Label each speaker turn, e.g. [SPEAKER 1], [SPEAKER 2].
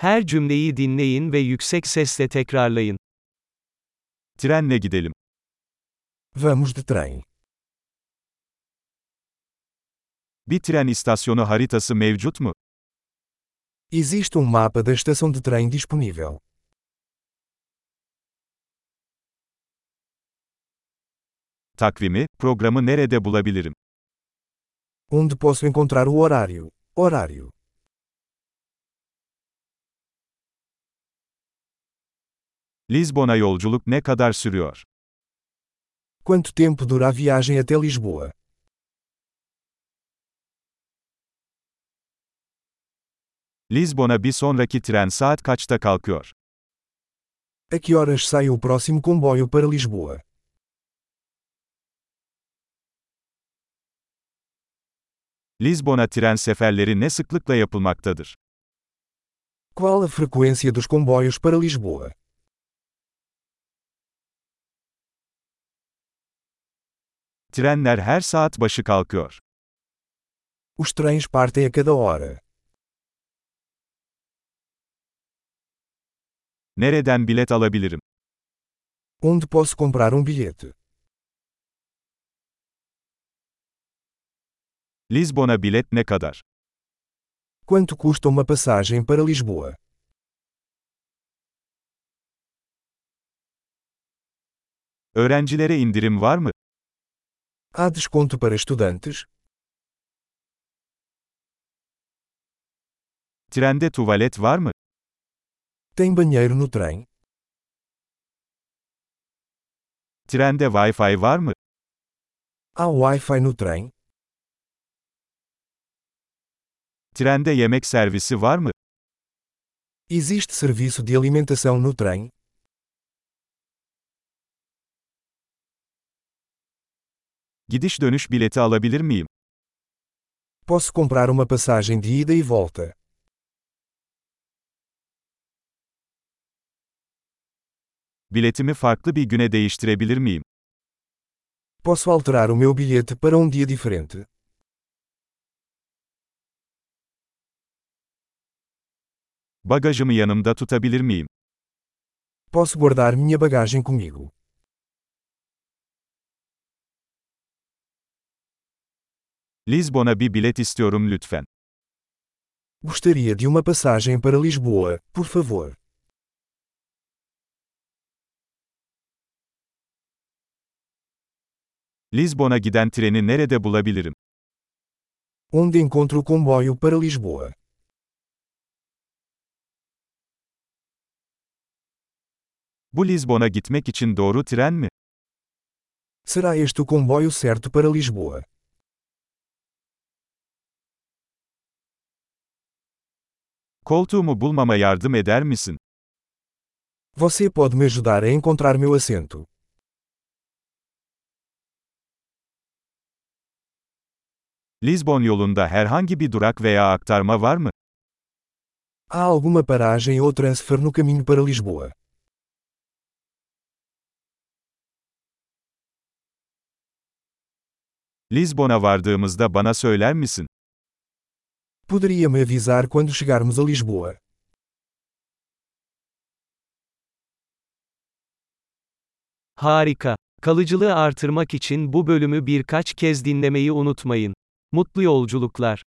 [SPEAKER 1] Her cümleyi dinleyin ve yüksek sesle tekrarlayın.
[SPEAKER 2] Trenle gidelim.
[SPEAKER 3] Vamos de trem.
[SPEAKER 2] Bir tren istasyonu haritası mevcut mu?
[SPEAKER 3] Existe um mapa da estação de trem disponível.
[SPEAKER 2] Takvimi, programı nerede bulabilirim?
[SPEAKER 3] Onde posso encontrar o horário? Horário.
[SPEAKER 2] Lizbon'a yolculuk ne kadar sürüyor?
[SPEAKER 3] Quanto tempo dura a viagem até Lisboa?
[SPEAKER 2] Lizbon'a bir sonraki tren saat kaçta kalkıyor?
[SPEAKER 3] A que horas sai o próximo comboio para Lisboa?
[SPEAKER 2] Lizbon'a tren seferleri ne sıklıkla yapılmaktadır?
[SPEAKER 3] Qual a frequência dos comboios para Lisboa?
[SPEAKER 2] Trenler her saat başı kalkıyor.
[SPEAKER 3] Os trens partem a cada hora.
[SPEAKER 2] Nereden bilet alabilirim?
[SPEAKER 3] Onde posso comprar um bilhete?
[SPEAKER 2] Lizbon'a bilet ne kadar?
[SPEAKER 3] Quanto custa uma passagem para Lisboa?
[SPEAKER 2] Öğrencilere indirim var mı?
[SPEAKER 3] Há desconto para estudantes?
[SPEAKER 2] Trende tuvalet var mı?
[SPEAKER 3] Tem banheiro no trem?
[SPEAKER 2] Trende Wi-Fi var mı?
[SPEAKER 3] Há Wi-Fi no trem?
[SPEAKER 2] Trende yemek servisi var mı?
[SPEAKER 3] Existe serviço de alimentação no trem?
[SPEAKER 2] Gidiş dönüş bileti alabilir miyim?
[SPEAKER 3] Posso comprar uma passagem de ida e volta?
[SPEAKER 2] Biletimi farklı bir güne değiştirebilir miyim?
[SPEAKER 3] Posso alterar o meu bilhete para um dia diferente?
[SPEAKER 2] Bagajımı yanımda tutabilir miyim?
[SPEAKER 3] Posso guardar minha bagagem comigo?
[SPEAKER 2] Lizbon'a bir bilet istiyorum lütfen.
[SPEAKER 3] Gostaria de uma passagem para Lisboa, por favor.
[SPEAKER 2] Lizbon'a giden treni nerede bulabilirim?
[SPEAKER 3] Onde encontro o comboio para Lisboa?
[SPEAKER 2] Bu Lizbon'a gitmek için doğru tren mi?
[SPEAKER 3] Será este o comboio certo para Lisboa?
[SPEAKER 2] Koltuğumu bulmama yardım eder misin?
[SPEAKER 3] Você pode me ajudar a encontrar meu assento?
[SPEAKER 2] Lizbon yolunda herhangi bir durak veya aktarma var mı?
[SPEAKER 3] Há alguma paragem ou transfer no caminho para Lisboa?
[SPEAKER 2] Lizbon'a vardığımızda bana söyler misin?
[SPEAKER 3] Poderia me avisar quando chegarmos a Lisboa?
[SPEAKER 1] Harika. Kalıcılığı artırmak için bu bölümü birkaç kez dinlemeyi unutmayın. Mutlu yolculuklar.